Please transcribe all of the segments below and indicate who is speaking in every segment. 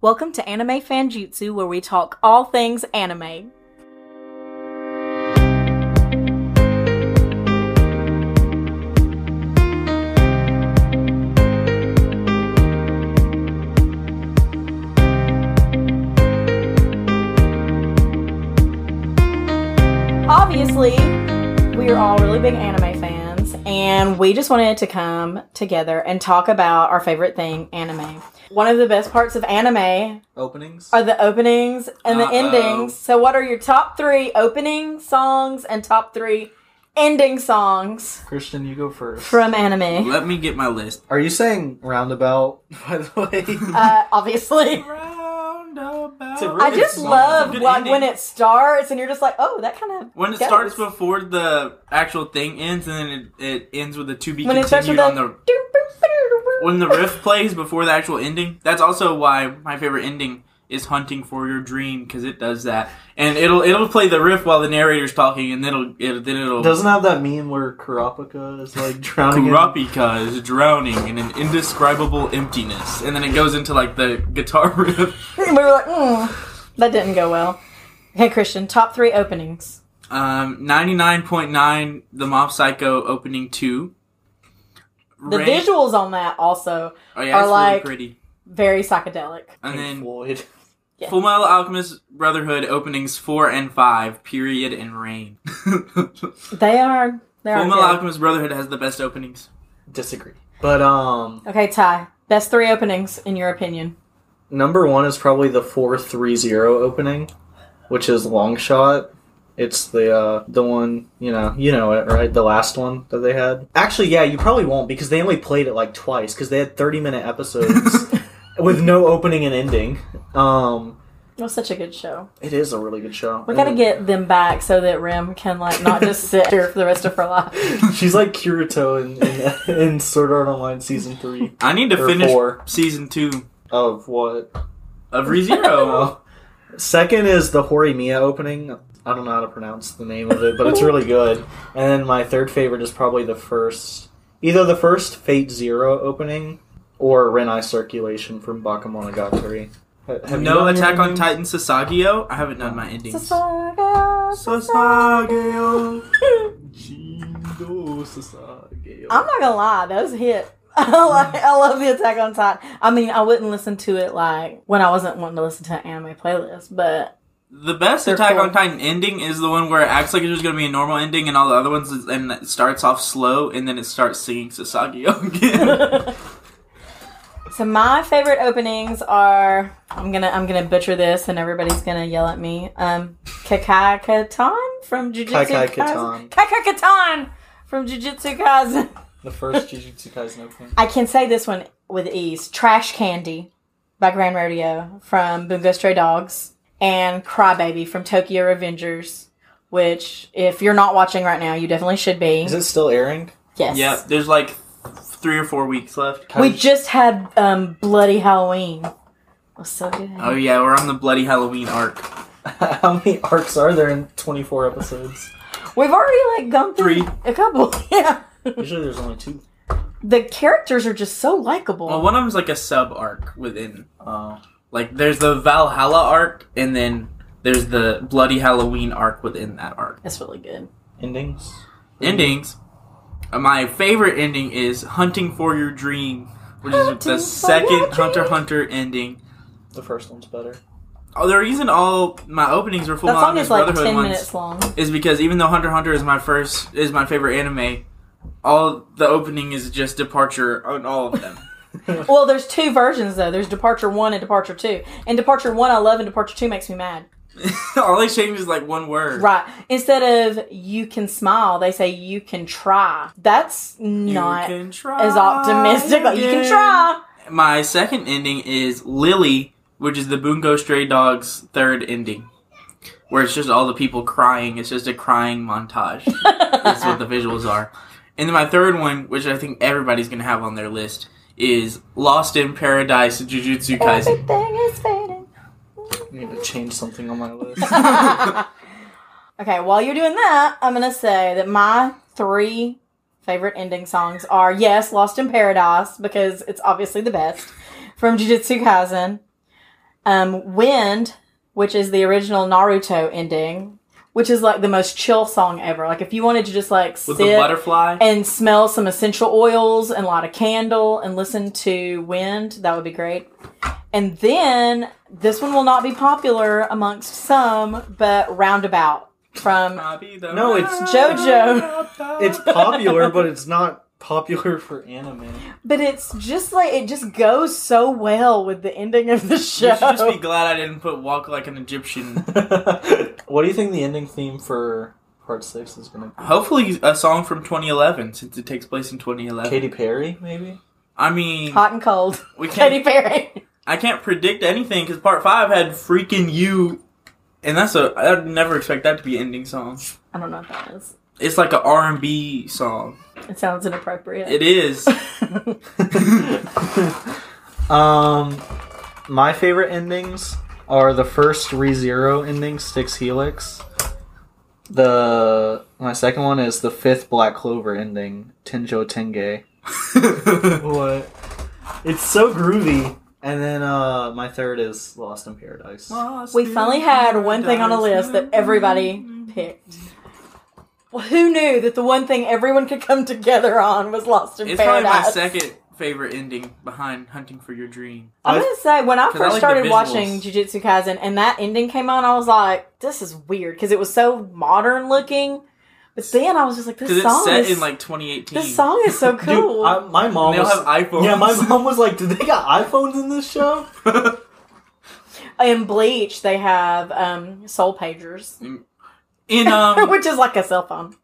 Speaker 1: Welcome to Anime Fanjutsu, where we talk all things anime. Obviously, we are all really big anime fans, and we just wanted to come together and talk about our favorite thing, anime. One of the best parts of anime
Speaker 2: openings.
Speaker 1: are the openings and the
Speaker 2: Uh-oh.
Speaker 1: endings. So, what are your top three opening songs and top three ending songs
Speaker 2: Christian, you go first.
Speaker 1: from anime?
Speaker 3: Let me get my list.
Speaker 2: Are you saying roundabout? By the way,
Speaker 1: Uh, obviously.
Speaker 3: Roundabout.
Speaker 2: It's a really
Speaker 1: I just
Speaker 2: good song.
Speaker 1: love
Speaker 3: Good
Speaker 1: like
Speaker 3: ending.
Speaker 1: when it starts and you're just like, oh, that kind of
Speaker 3: when it starts before the actual thing ends, and then it, it ends with the to be
Speaker 1: When it starts with
Speaker 3: continued on the when the riff plays before the actual ending. That's also why my favorite ending is "Hunting for Your Dream" because it does that, and it'll it'll play the riff while the narrator's talking, and then it'll it, then it'll
Speaker 2: doesn't have that meme where Karapika is like drowning. in-
Speaker 3: Kurapika is drowning in an indescribable emptiness, and then it goes into like the guitar riff.
Speaker 1: we were like, mm, that didn't go well. Hey Christian, top three openings.
Speaker 3: Um, ninety nine point nine, the Mob Psycho opening two.
Speaker 1: The
Speaker 3: Ran-
Speaker 1: visuals on that also
Speaker 3: oh, yeah,
Speaker 1: are
Speaker 3: it's
Speaker 1: like-
Speaker 3: really pretty.
Speaker 1: very psychedelic.
Speaker 3: And
Speaker 2: Pink
Speaker 3: then
Speaker 2: Floyd.
Speaker 1: Yeah.
Speaker 3: Full Metal Alchemist Brotherhood openings four and five, period and rain. Full
Speaker 1: They are. They are.
Speaker 3: Metal
Speaker 1: good.
Speaker 3: Alchemist Brotherhood has the best openings.
Speaker 2: Disagree. But um,
Speaker 1: Okay, Ty. Best three openings in your opinion.
Speaker 2: number one is probably the four three zero opening, which is long shot. It's the uh, the one you know you know it right the last one that they had. Actually, yeah, you probably won't because they only played it like twice because they had thirty minute episodes with no opening and ending. Um,
Speaker 1: It was such a good show.
Speaker 2: It is a really good show.
Speaker 1: We gotta
Speaker 2: And
Speaker 1: get them back so that Rim can like not just sit here for the rest of her life.
Speaker 2: She's like Kirito in, in, in Sword Art Online season three
Speaker 3: I need to
Speaker 2: or
Speaker 3: finish
Speaker 2: four
Speaker 3: season two
Speaker 2: of what?
Speaker 3: of ReZero.
Speaker 2: Oh. Second is the Horimiya opening. I don't know how to pronounce the name of it, but it's really good. And then my third favorite is probably the first, either the first Fate Zero opening or Renai Circulation from Bakemonogatari. Ha- have you
Speaker 3: no
Speaker 2: done your
Speaker 3: Attack on
Speaker 2: ending?
Speaker 3: Titan Sasagio. I haven't done my endings.
Speaker 2: Sasageo. Shindo Sasageo.
Speaker 1: I'm not gonna lie, those hit. I, like, I love the Attack on Titan. I mean, I wouldn't listen to it like when I wasn't wanting to listen to an anime playlist, but
Speaker 3: The best
Speaker 1: They're
Speaker 3: Attack
Speaker 1: cool.
Speaker 3: on Titan ending is the one where it acts like it's just gonna be a normal ending, and all the other ones is, and it starts off slow, and then it starts singing Sasagio again.
Speaker 1: so my favorite openings are I'm gonna I'm gonna butcher this and everybody's gonna yell at me. Um, Kakai Katan from Jujutsu
Speaker 2: Kaikai
Speaker 1: Kaisen.
Speaker 2: Kitan.
Speaker 1: Kakai Katan from Jujutsu Kaisen.
Speaker 2: the first Jujutsu Kaisen opening.
Speaker 1: I can say this one with ease. Trash Candy by Grand Rodeo from Bungo Stray Dogs and Crybaby from Tokyo Revengers, which if you're not watching right now, you definitely should be.
Speaker 2: Is it still airing?
Speaker 1: yes.
Speaker 3: yep, there's like three or four weeks left.
Speaker 1: We just had um, Bloody Halloween. It was so good.
Speaker 3: Oh yeah, we're on the bloody Halloween arc.
Speaker 2: How many arcs are there in 24 episodes?
Speaker 1: We've already like gone through
Speaker 3: Three.
Speaker 1: a couple. Yeah.
Speaker 2: Usually there's only two.
Speaker 1: The characters are just so likable.
Speaker 3: Well, one of them's like a sub arc within.
Speaker 2: Oh.
Speaker 3: Like, there's the Valhalla arc, and then there's the Bloody Halloween arc within that arc.
Speaker 1: That's really good.
Speaker 2: Endings?
Speaker 3: Endings. Uh, My favorite ending is Hunting for Your Dream, which is
Speaker 1: Hunting for
Speaker 3: the
Speaker 1: your
Speaker 3: second Hunter
Speaker 1: dream.
Speaker 3: x Hunter ending.
Speaker 2: The first one's better.
Speaker 3: Oh, the reason all my openings are full
Speaker 1: that song
Speaker 3: Metal
Speaker 1: is like
Speaker 3: Brotherhood
Speaker 1: ten
Speaker 3: ones
Speaker 1: minutes long.
Speaker 3: is because even though Hunter x Hunter is my first is my favorite anime, all the opening is just departure on all of them.
Speaker 1: Well, there's two versions though. There's Departure One and Departure Two. And Departure One I love, and Departure Two makes me mad.
Speaker 3: all they change is like one word.
Speaker 1: Right. Instead of you can smile, they say you can try. That's not
Speaker 3: you can try
Speaker 1: as optimistic. Like, you can
Speaker 3: again.
Speaker 1: try.
Speaker 3: My second ending is Lily, which is the Bungo Stray Dog's third ending, where it's just all the people crying. It's just a crying montage. That's what the visuals are. And then my third one, which I think everybody's gonna have on their list, is Lost in Paradise Jujutsu Kaisen.
Speaker 1: Everything is fading.
Speaker 2: I need to change something on my list.
Speaker 1: Okay, while you're doing that, I'm going to say that my three favorite ending songs are yes, Lost in Paradise, because it's obviously the best from Jujutsu Kaisen. Um, Wind, which is the original Naruto ending, which is like the most chill song ever. Like if you wanted to just like sit
Speaker 3: With the butterfly.
Speaker 1: and smell some essential oils and light a candle and listen to Wind, that would be great. And then this one will not be popular amongst some, but Roundabout from
Speaker 2: No, it's-
Speaker 1: JoJo.
Speaker 2: It's popular, but it's not popular for anime.
Speaker 1: But it's just like it just goes so well with the ending of the
Speaker 3: You
Speaker 1: show.
Speaker 3: should just be glad I didn't put "Walk Like an Egyptian."
Speaker 2: what do you think the ending theme for part six is going to be?
Speaker 3: Hopefully, a song from 2011, since it takes place in 2011.
Speaker 2: Katy Perry, maybe?
Speaker 3: I mean,
Speaker 1: Hot and cold.
Speaker 3: we can't.
Speaker 1: Katy Perry.
Speaker 3: I can't predict anything because part five had freaking you, and that's a. I'd never expect that to be an ending song.
Speaker 1: I don't know what that is.
Speaker 3: It's like an R and B song.
Speaker 1: It sounds inappropriate.
Speaker 3: It is.
Speaker 2: um, my favorite endings are the first ReZero ending, Six Helix. The my second one is the fifth Black Clover ending, Tenjo Tenge. What? It's so groovy. And then uh, my third is Lost in Paradise.
Speaker 1: we finally had one thing on a list that everybody picked. Well, who knew that the one thing everyone could come together on was Lost in
Speaker 3: It's probably
Speaker 1: Paradise?
Speaker 3: my second favorite ending behind "Hunting for Your Dream."
Speaker 1: I'm
Speaker 2: I've-
Speaker 1: gonna say when I
Speaker 3: 'Cause I
Speaker 1: first
Speaker 3: like the
Speaker 1: started
Speaker 3: visuals.
Speaker 1: watching Jujutsu Kaisen and that ending came on, I was like, "This is weird" because it was so modern looking. But then I was just like,
Speaker 3: Because
Speaker 1: "This
Speaker 3: it's
Speaker 1: song
Speaker 3: set
Speaker 1: is
Speaker 3: in like 2018.
Speaker 1: this song is so
Speaker 2: Dude,
Speaker 1: cool."
Speaker 2: I- my mom
Speaker 3: And they all
Speaker 2: was-
Speaker 3: have iPhones.
Speaker 2: Yeah, my mom was like, "Do they got iPhones in this show?"
Speaker 1: in Bleach, they have um, soul pagers,
Speaker 3: in um
Speaker 1: which is like a cell phone.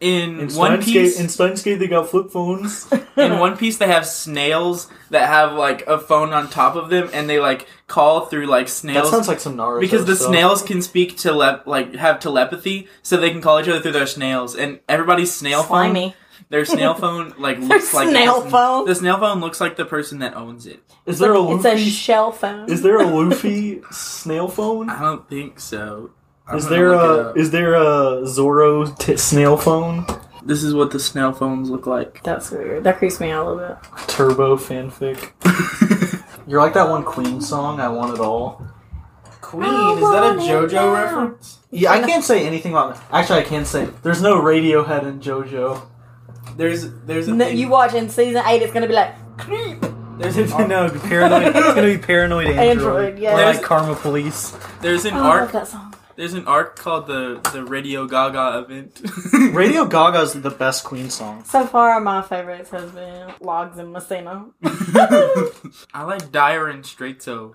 Speaker 3: in, One Piece in,
Speaker 2: Steins Gate, they got flip phones.
Speaker 3: One Piece they have snails that have like a phone on top of them and they like call through like
Speaker 2: that
Speaker 3: snails
Speaker 2: sounds like some Naruto.
Speaker 3: because the
Speaker 2: stuff.
Speaker 3: snails can speak tele like have telepathy so they can call each other through their snails and everybody's snail phone
Speaker 1: Slimy.
Speaker 3: their snail phone like looks like the
Speaker 1: snail
Speaker 3: person-
Speaker 1: phone?
Speaker 3: the snail phone looks like the person that owns it
Speaker 2: Is there a
Speaker 1: It's
Speaker 2: Luffy?
Speaker 1: a shell phone.
Speaker 2: is there a Luffy snail phone?
Speaker 3: I don't think so I'm
Speaker 2: Is
Speaker 3: gonna
Speaker 2: there
Speaker 3: look it
Speaker 2: a
Speaker 3: up.
Speaker 2: is there a Zoro t- snail phone?
Speaker 3: this is what the snail phones look like
Speaker 1: That's weird. That creeps me out a little bit.
Speaker 2: Turbo fanfic. You're like that one Queen song. I want it all.
Speaker 3: Queen
Speaker 1: I
Speaker 3: is that a
Speaker 1: want it
Speaker 3: JoJo
Speaker 1: now.
Speaker 3: reference
Speaker 2: Yeah, I can't say anything about. Actually, I can say there's no Radiohead in JoJo.
Speaker 3: there's there's a
Speaker 1: No,
Speaker 3: thing-
Speaker 1: you watch in season eight, it's gonna be like creep.
Speaker 3: there's an
Speaker 2: no, paranoid. It's gonna be paranoid
Speaker 1: Android, yeah.
Speaker 2: Or
Speaker 3: There's-
Speaker 2: like Karma Police.
Speaker 3: There's an
Speaker 1: Oh, I love
Speaker 3: arc.
Speaker 1: that song.
Speaker 3: There's an arc called the the Radio Gaga event.
Speaker 2: Radio Gaga's the best Queen song.
Speaker 1: So far, my favorites has been Logs and Messina.
Speaker 3: I like Dyer and Straito.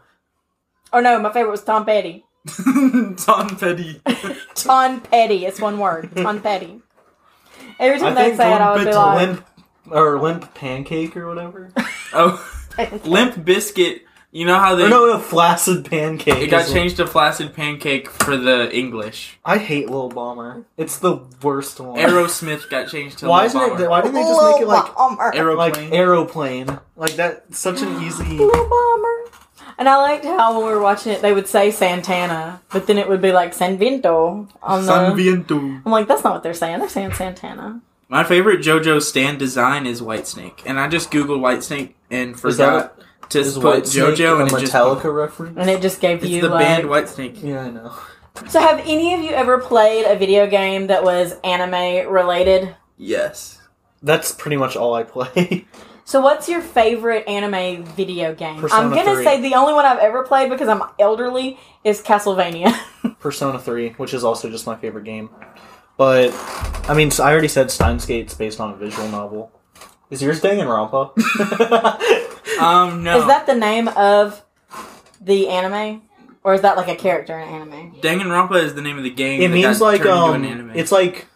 Speaker 1: Oh no, my favorite was Tom Petty.
Speaker 3: Tom Petty.
Speaker 1: Ton Petty. It's one word. Ton Petty. Every time
Speaker 2: I
Speaker 1: they
Speaker 2: think
Speaker 1: say it, I would be
Speaker 2: Bits
Speaker 1: like,
Speaker 2: limp or limp pancake or whatever.
Speaker 3: Oh, Limp Biscuit. You know how
Speaker 2: or
Speaker 3: they
Speaker 2: Oh, no, no, flaccid pancake.
Speaker 3: it got
Speaker 2: is-
Speaker 3: changed to Flaccid Pancake for the English.
Speaker 2: I hate Lil Bomber. It's the worst one. Oh,
Speaker 3: Aerosmith got changed to.
Speaker 2: why
Speaker 3: Lil
Speaker 2: isn't it?
Speaker 3: Bomber.
Speaker 2: Why didn't they just make it like
Speaker 1: Bomber.
Speaker 2: like
Speaker 3: Aeroplane?
Speaker 2: aeroplane? Like that? Such an easy.
Speaker 1: Little Bomber. And I liked how when we were watching it, they would say Santana, but then it would be like San Vinto on the.
Speaker 3: San Viento.
Speaker 1: I'm like, that's not what they're saying. They're saying Santana.
Speaker 3: My favorite JoJo stand design is Whitesnake, and I just googled Whitesnake and
Speaker 2: that
Speaker 3: forgot to
Speaker 2: Is
Speaker 3: put
Speaker 2: Whitesnake a
Speaker 3: JoJo and it just
Speaker 2: Metallica reference?
Speaker 1: And it just gave
Speaker 3: it's
Speaker 1: you
Speaker 3: the
Speaker 1: like,
Speaker 3: band Whitesnake.
Speaker 2: Yeah, I know.
Speaker 1: So, have any of you ever played a video game that was anime related?
Speaker 3: Yes.
Speaker 2: That's pretty much all I play.
Speaker 1: So, what's your favorite anime video game?
Speaker 2: Persona
Speaker 1: I'm gonna
Speaker 2: 3.
Speaker 1: say the only one I've ever played because I'm elderly is Castlevania.
Speaker 2: Persona Three, which is also just my favorite game. But I mean, so I already said Steins Gate's based on a visual novel. Is yours Danganronpa?
Speaker 3: Um, no.
Speaker 1: Is that the name of the anime, or is that like a character in anime?
Speaker 3: Danganronpa is the name of the game.
Speaker 2: It
Speaker 3: that
Speaker 2: means
Speaker 3: got
Speaker 2: like
Speaker 3: turned into
Speaker 2: um,
Speaker 3: an anime.
Speaker 2: it's like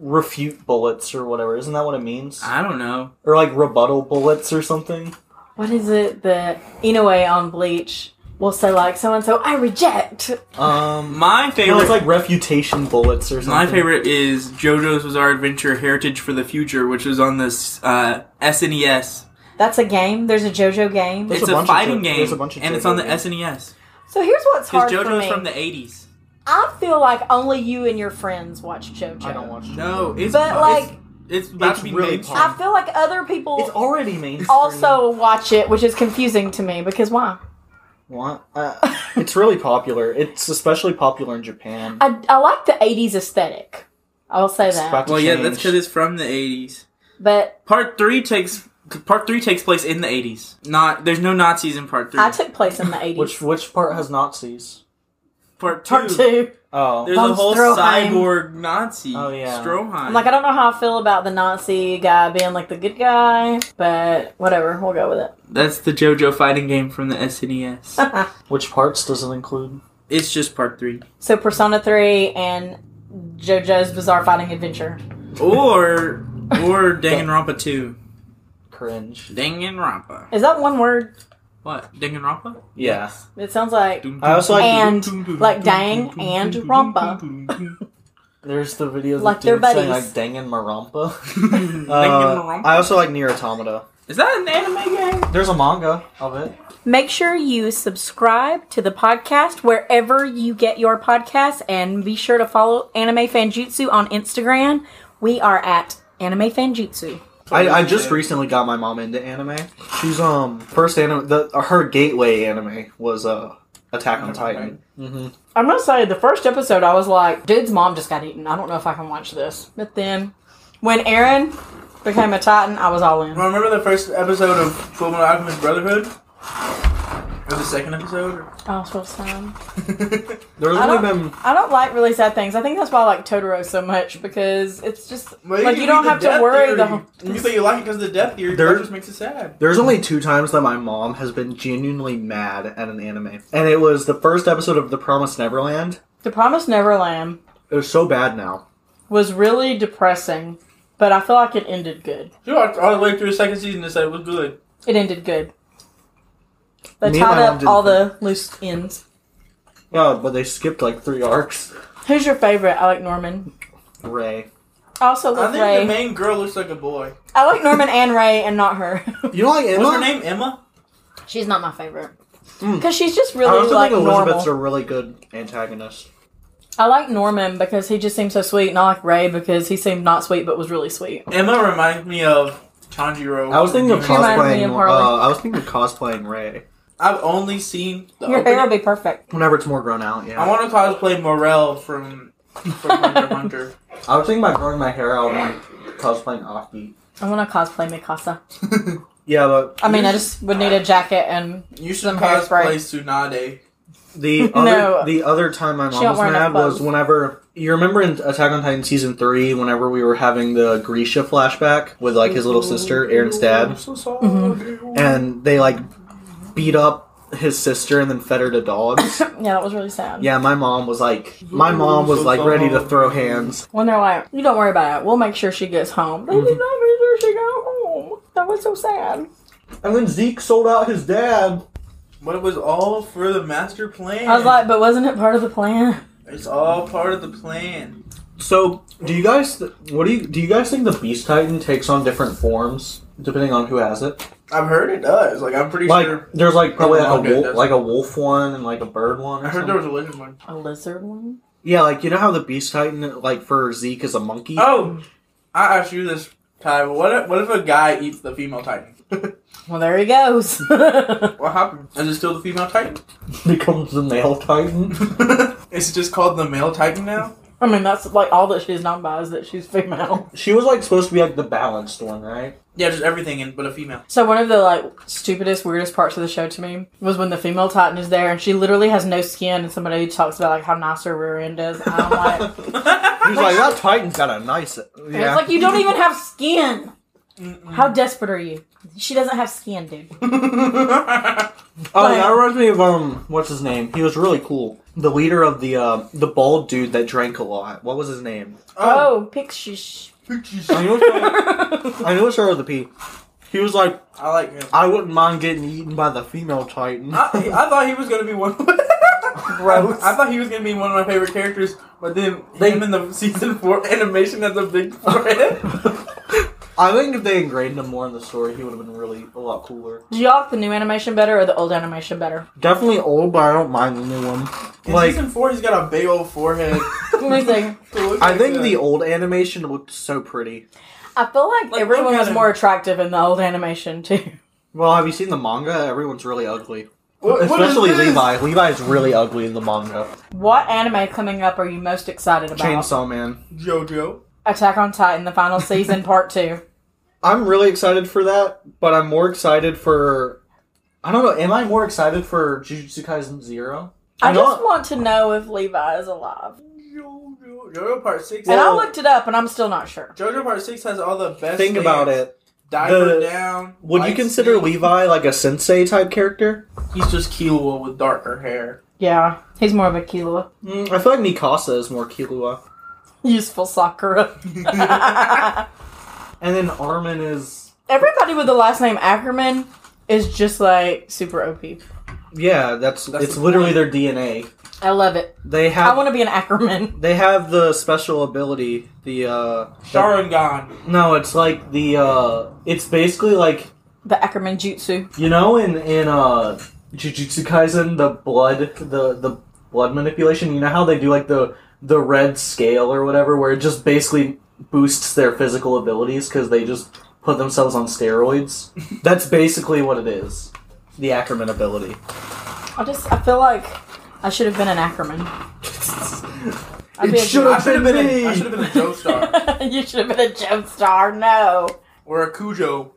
Speaker 2: refute bullets or whatever. Isn't that what it means?
Speaker 3: I don't know.
Speaker 2: Or like rebuttal bullets or something.
Speaker 1: What is it that Inoue on Bleach will say like so and so? I reject.
Speaker 2: Um,
Speaker 3: My favorite,
Speaker 2: no, it's like refutation bullets or something.
Speaker 3: my favorite is JoJo's Bizarre Adventure: Heritage for the Future, which was on this uh, SNES.
Speaker 1: That's a game. There's a JoJo game.
Speaker 2: There's
Speaker 3: it's
Speaker 2: a
Speaker 3: a,
Speaker 2: bunch of
Speaker 3: fighting
Speaker 2: Jo-
Speaker 3: game,
Speaker 2: there's a bunch of
Speaker 3: and it's
Speaker 2: JoJo
Speaker 3: on the
Speaker 2: games.
Speaker 3: SNES.
Speaker 1: So here's what's hard
Speaker 3: Because
Speaker 1: for
Speaker 3: JoJo's
Speaker 1: me.
Speaker 3: from the '80s.
Speaker 1: I feel like only you and your friends watch JoJo.
Speaker 2: I don't watch.
Speaker 3: No, it's
Speaker 1: But
Speaker 3: it's-
Speaker 1: like,
Speaker 3: it's, about
Speaker 2: it's
Speaker 3: to be
Speaker 2: really
Speaker 3: mainstream.
Speaker 1: I feel like other
Speaker 2: It's
Speaker 1: people
Speaker 2: already mainstream.
Speaker 1: also watch it, which is confusing to me because why?
Speaker 2: What? Uh, it's really popular. It's especially popular in Japan.
Speaker 1: I, I like the 80s aesthetic. I'll say
Speaker 2: It's about
Speaker 1: that.
Speaker 2: to
Speaker 3: Well, yeah,
Speaker 2: change.
Speaker 3: that's because it's from the '80s.
Speaker 1: But
Speaker 3: Part three takes part three takes place in the '80s. Not there's no Nazis in part three.
Speaker 1: I took place in the 80s.
Speaker 2: Which which part has Nazis?
Speaker 3: part two.
Speaker 1: Part two.
Speaker 2: Oh,
Speaker 3: There's a
Speaker 1: Von
Speaker 3: whole
Speaker 1: Stroheim.
Speaker 3: cyborg Nazi.
Speaker 2: Oh, yeah.
Speaker 3: Stroheim.
Speaker 1: I'm like, I don't know how I feel about the Nazi guy being like the good guy, but whatever. We'll go with it.
Speaker 3: That's the JoJo fighting game from the SNES.
Speaker 2: which parts does it include?
Speaker 3: it's just part three.
Speaker 1: So Persona 3 and JoJo's Bizarre Fighting Adventure.
Speaker 3: Or or Danganronpa two.
Speaker 2: Cringe.
Speaker 3: Danganronpa.
Speaker 1: Is that one word?
Speaker 3: What? Danganronpa?
Speaker 2: Yeah.
Speaker 1: It sounds like
Speaker 3: Dum,
Speaker 2: I also like-
Speaker 1: And,
Speaker 3: dum, dum,
Speaker 1: like,
Speaker 3: dum,
Speaker 1: dang
Speaker 3: dum, dum,
Speaker 1: and
Speaker 3: dum,
Speaker 1: rompa.
Speaker 3: dum, dum, dum,
Speaker 2: There's the video of
Speaker 1: Like
Speaker 2: the
Speaker 1: their
Speaker 2: dude saying like
Speaker 1: buddies.
Speaker 2: Danganronpa.
Speaker 3: dum.
Speaker 2: Uh,
Speaker 3: Danganronpa.
Speaker 2: I also like Nier Automata.
Speaker 3: Is that an anime game?
Speaker 2: There's a manga of it.
Speaker 1: Make sure you subscribe to the podcast wherever you get your podcasts and be sure to follow Anime Fanjutsu on Instagram. We are at Anime Fanjutsu.
Speaker 2: I, I just recently got my mom into anime. She's um first anime. The, her gateway anime was uh Attack on Titan. Mm-hmm.
Speaker 1: I'm gonna say the first episode, I was like, dude's mom just got eaten. I don't know if I can watch this. But then when Aaron became a Titan, I was all in.
Speaker 3: Remember the first episode of Full Metal Alchemist Brotherhood? Or the second episode?
Speaker 1: Oh, so sad.
Speaker 2: There's
Speaker 1: I
Speaker 2: only
Speaker 1: don't-
Speaker 2: been
Speaker 1: I don't like really sad things. I think that's why I like Totoro so much because it's just
Speaker 3: Well,
Speaker 1: Like,
Speaker 3: could
Speaker 1: you
Speaker 3: be
Speaker 1: don't
Speaker 3: the
Speaker 1: have to
Speaker 3: death
Speaker 1: worry the
Speaker 3: theory.
Speaker 1: whole-
Speaker 3: You say you like it because of the death theory.
Speaker 2: There-
Speaker 3: That just makes it sad.
Speaker 2: There's only two times that my mom has been genuinely mad at an anime, and it was the first episode of The Promised Neverland.
Speaker 1: The Promised Neverland
Speaker 2: It was so bad now.
Speaker 1: was really depressing, but I feel like it ended good.
Speaker 3: You watched all the way through the second season and said it was good.
Speaker 1: It ended good. They
Speaker 2: Me and
Speaker 1: tied
Speaker 2: my mom
Speaker 1: up
Speaker 2: didn't
Speaker 1: all the loose ends.
Speaker 2: Yeah, but they skipped like three arcs.
Speaker 1: Who's your favorite? I like Norman.
Speaker 2: Ray.
Speaker 1: I also
Speaker 3: I
Speaker 1: love
Speaker 3: think
Speaker 1: Ray.
Speaker 3: the main girl looks like a boy.
Speaker 1: I like Norman and Ray, and not her.
Speaker 2: You know, like Emma.
Speaker 3: What's her name? Emma.
Speaker 1: she's not my favorite
Speaker 2: Mm.
Speaker 1: because she's just
Speaker 2: I
Speaker 1: really
Speaker 2: also
Speaker 1: like
Speaker 2: think
Speaker 1: normal.
Speaker 2: Elizabeth's a really good antagonist.
Speaker 1: I like Norman because he just seems so sweet, and I like Ray because he seemed not sweet but was really sweet.
Speaker 3: Emma reminds me of Tanjiro.
Speaker 2: I was thinking of
Speaker 1: She reminds me
Speaker 2: cosplaying.
Speaker 1: of Harley.
Speaker 2: Uh, I was thinking of cosplaying Ray.
Speaker 3: I've only seen the
Speaker 1: Your hair
Speaker 3: opening.
Speaker 1: will be perfect.
Speaker 2: Whenever it's more grown out, yeah.
Speaker 3: I want to cosplay Morel from from Hunter x Hunter.
Speaker 2: I was thinking about growing my hair out and cosplaying Aki.
Speaker 1: I want to cosplay Mikasa.
Speaker 2: Yeah, but
Speaker 1: I mean, I just would need a jacket and
Speaker 3: You should
Speaker 1: Some
Speaker 3: cosplay
Speaker 1: hairspray.
Speaker 3: Tsunade.
Speaker 2: the
Speaker 1: No.
Speaker 2: other the other time my
Speaker 1: She
Speaker 2: mom
Speaker 1: don't
Speaker 2: was
Speaker 1: wear enough
Speaker 2: mad was
Speaker 1: clothes.
Speaker 2: whenever you remember in Attack on Titan season three, whenever we were having the Grisha flashback with like his little sister, Aaron's dad,
Speaker 1: Mm-hmm.
Speaker 2: and they like beat up his sister and then fed her to dogs.
Speaker 1: yeah, that was really sad.
Speaker 2: yeah, my mom was like, my mom was like ready to throw hands.
Speaker 1: When they're like, "You don't worry about it. We'll make sure she gets home." They did not make sure she got home. That was so sad.
Speaker 2: And then Zeke sold out his dad.
Speaker 3: But it was all for the master plan.
Speaker 1: I was like, "But wasn't it part of the plan?"
Speaker 3: it's all part of the plan.
Speaker 2: So, do you guys what do you do? You guys think the Beast Titan takes on different forms depending on who has it?
Speaker 3: I've heard it does. Like I'm pretty
Speaker 2: Like,
Speaker 3: sure.
Speaker 2: there's like probably
Speaker 3: Yeah,
Speaker 2: like
Speaker 3: okay,
Speaker 2: a wolf,
Speaker 3: that's-
Speaker 2: like a wolf one and like a bird one.
Speaker 3: I
Speaker 2: Or
Speaker 3: heard
Speaker 2: something.
Speaker 3: there was a lizard one.
Speaker 1: A lizard one.
Speaker 2: yeah, like you know how the Beast Titan, like for Zeke, is a monkey.
Speaker 3: Oh, I asked you this time. What if, what if a guy eats the female titan?
Speaker 1: Well, there he goes.
Speaker 3: what happened? Is it still the female titan?
Speaker 2: Becomes the male Titan.
Speaker 3: Is it just called the male titan now?
Speaker 1: I mean, that's like all that she's known by is that she's female.
Speaker 2: She was like supposed to be like the balanced one, right?
Speaker 3: Yeah, just everything, in, but a female.
Speaker 1: So one of the like stupidest, weirdest parts of the show to me was when the female Titan is there and she literally has no skin, and somebody talks about like how nice her rear end is.
Speaker 3: Oh,
Speaker 1: And I'm like, and
Speaker 2: He's like that Titan's got a nice. Yeah.
Speaker 1: it's like you don't even have skin.
Speaker 3: Mm-mm.
Speaker 1: How desperate are you? She doesn't have skin, dude.
Speaker 2: oh, yeah, that reminds me of um, what's his name? He was really cool. The leader of the uh, the bald dude that drank a lot. What was his name?
Speaker 3: oh,
Speaker 1: Oh, pixish.
Speaker 2: I knew it was- I knew it started with a P. He was like,
Speaker 3: I like him.
Speaker 2: I wouldn't mind getting eaten by the female Titan.
Speaker 3: I, I thought he was gonna be one.
Speaker 1: Gross.
Speaker 3: I thought he was gonna be one of my favorite characters, but then
Speaker 2: They-
Speaker 3: him in the season four animation as a big threat.
Speaker 2: I think if they ingrained him more in the story, he would have been really a lot cooler.
Speaker 1: Do y'all like the new animation better or the old animation better?
Speaker 2: Definitely old, but I don't mind the new one.
Speaker 3: in
Speaker 2: Like-
Speaker 3: season four, he's got a big old forehead.
Speaker 1: Let me think.
Speaker 2: I think the old animation looked so pretty.
Speaker 1: I feel like,
Speaker 3: Like, look
Speaker 1: everyone
Speaker 3: at
Speaker 1: was
Speaker 3: him.
Speaker 1: more attractive in the old animation too.
Speaker 2: Well, have you seen the manga? Everyone's really ugly.
Speaker 4: What- what is
Speaker 2: Especially
Speaker 4: this?
Speaker 2: Levi. Levi's really ugly in the manga.
Speaker 1: What anime coming up are you most excited about?
Speaker 2: Chainsaw Man.
Speaker 4: JoJo.
Speaker 1: Attack on Titan, the final season, part two.
Speaker 2: I'm really excited for that, but I'm more excited for. I don't know. Am I more excited for Jujutsu Kaisen Zero?
Speaker 1: I
Speaker 2: know-
Speaker 1: just want to know if Levi is alive.
Speaker 4: JoJo.
Speaker 5: JoJo Part Six.
Speaker 1: and I
Speaker 2: Well-
Speaker 1: looked it up, and I'm still not sure.
Speaker 5: JoJo Part Six has all the best.
Speaker 2: Think about
Speaker 5: names.
Speaker 2: it.
Speaker 5: Diver
Speaker 2: The-
Speaker 5: down.
Speaker 2: Would you
Speaker 5: Light
Speaker 2: consider
Speaker 5: Snake.
Speaker 2: Levi like a sensei type character?
Speaker 5: He's just Killua with darker hair.
Speaker 1: Yeah, he's more of a Killua.
Speaker 2: Mm, I feel like Mikasa is more Killua,
Speaker 1: Useful Sakura.
Speaker 2: and then Armin is
Speaker 1: Everybody with the last name Ackerman is just like super OP.
Speaker 2: yeah. That's,
Speaker 5: That's
Speaker 2: it's
Speaker 5: the
Speaker 2: literally
Speaker 5: point.
Speaker 2: their DNA.
Speaker 1: I love it.
Speaker 2: They
Speaker 1: I
Speaker 2: have
Speaker 1: want to be an Ackerman.
Speaker 2: they have the special ability. The uh,
Speaker 5: Sharingan.
Speaker 2: no, it's like the uh, it's basically like
Speaker 1: The Ackerman Jutsu.
Speaker 2: You know, in in uh, Jujutsu Kaisen, the blood, the the blood manipulation. You know how they do like the the red scale or whatever, where it just basically boosts their physical abilities because they just put themselves on steroids. That's basically what it is. The Ackerman ability.
Speaker 1: I just, I feel like I should have been an Ackerman. I'd
Speaker 2: It
Speaker 1: be a-
Speaker 2: should
Speaker 5: I
Speaker 2: have
Speaker 5: should have
Speaker 2: been
Speaker 5: been.
Speaker 2: me.
Speaker 5: A, I should have been a Joestar
Speaker 1: you should have been a Joe Star. No.
Speaker 5: or a Cujo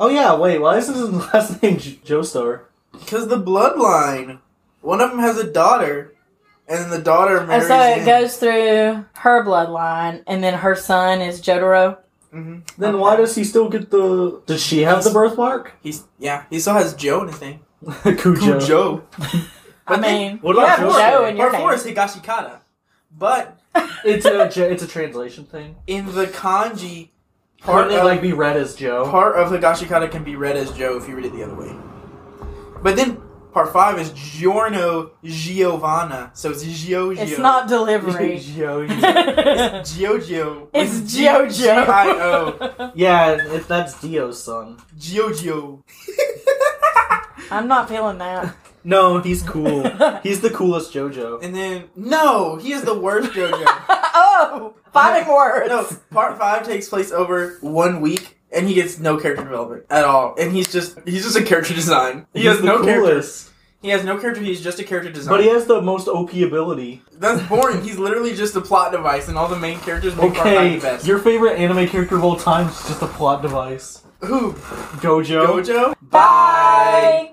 Speaker 2: Oh yeah, wait. Why is his last name J- Joestar?
Speaker 5: because the bloodline. One of them has a daughter, and the daughter
Speaker 1: And
Speaker 5: marries.
Speaker 1: so it
Speaker 5: him.
Speaker 1: goes through her bloodline, and then her son is Jotaro.
Speaker 5: Mhm.
Speaker 2: Then why does he still get the? Does she have the birthmark?
Speaker 5: He's yeah. He still has Joe in his name.
Speaker 2: Cujo.
Speaker 5: Cujo.
Speaker 1: I
Speaker 5: I think-
Speaker 1: mean,
Speaker 2: What
Speaker 1: you
Speaker 2: about
Speaker 1: have
Speaker 2: Joe?
Speaker 1: Joe in your
Speaker 5: Part
Speaker 1: name.
Speaker 5: four is Higashikata, but
Speaker 2: It's a j- it's a translation thing.
Speaker 5: in the kanji,
Speaker 2: Part
Speaker 5: part
Speaker 2: it
Speaker 5: of,
Speaker 2: like be read as Joe.
Speaker 5: part of Higashikata can be read as Joe if you read it the other way. But then part five is Giorno Giovanna, so it's Gio Gio.
Speaker 1: It's not delivery.
Speaker 2: Joe.
Speaker 1: it's
Speaker 5: Gio Gio. G-
Speaker 1: JoJo.
Speaker 5: G-I-O.
Speaker 2: Yeah, if that's Dio's son.
Speaker 5: Gio Gio.
Speaker 1: I'm not feeling that.
Speaker 2: No, he's cool. he's the coolest JoJo.
Speaker 5: and then no, he is the worst JoJo.
Speaker 1: oh, fighting words.
Speaker 5: no, part five takes place over one week. And he gets no character development at all, and he's just—he's just a character design. He
Speaker 2: he's
Speaker 5: has
Speaker 2: the
Speaker 5: no character.
Speaker 2: coolest.
Speaker 5: He has no character. He's just a character design.
Speaker 2: But he has the most OP ability.
Speaker 5: That's boring. He's literally just a plot device, and all the main characters make okay.
Speaker 2: Okay,
Speaker 5: the best.
Speaker 2: your favorite anime character of all time is just a plot device.
Speaker 5: Who?
Speaker 2: Gojo.
Speaker 5: Gojo?
Speaker 1: Bye.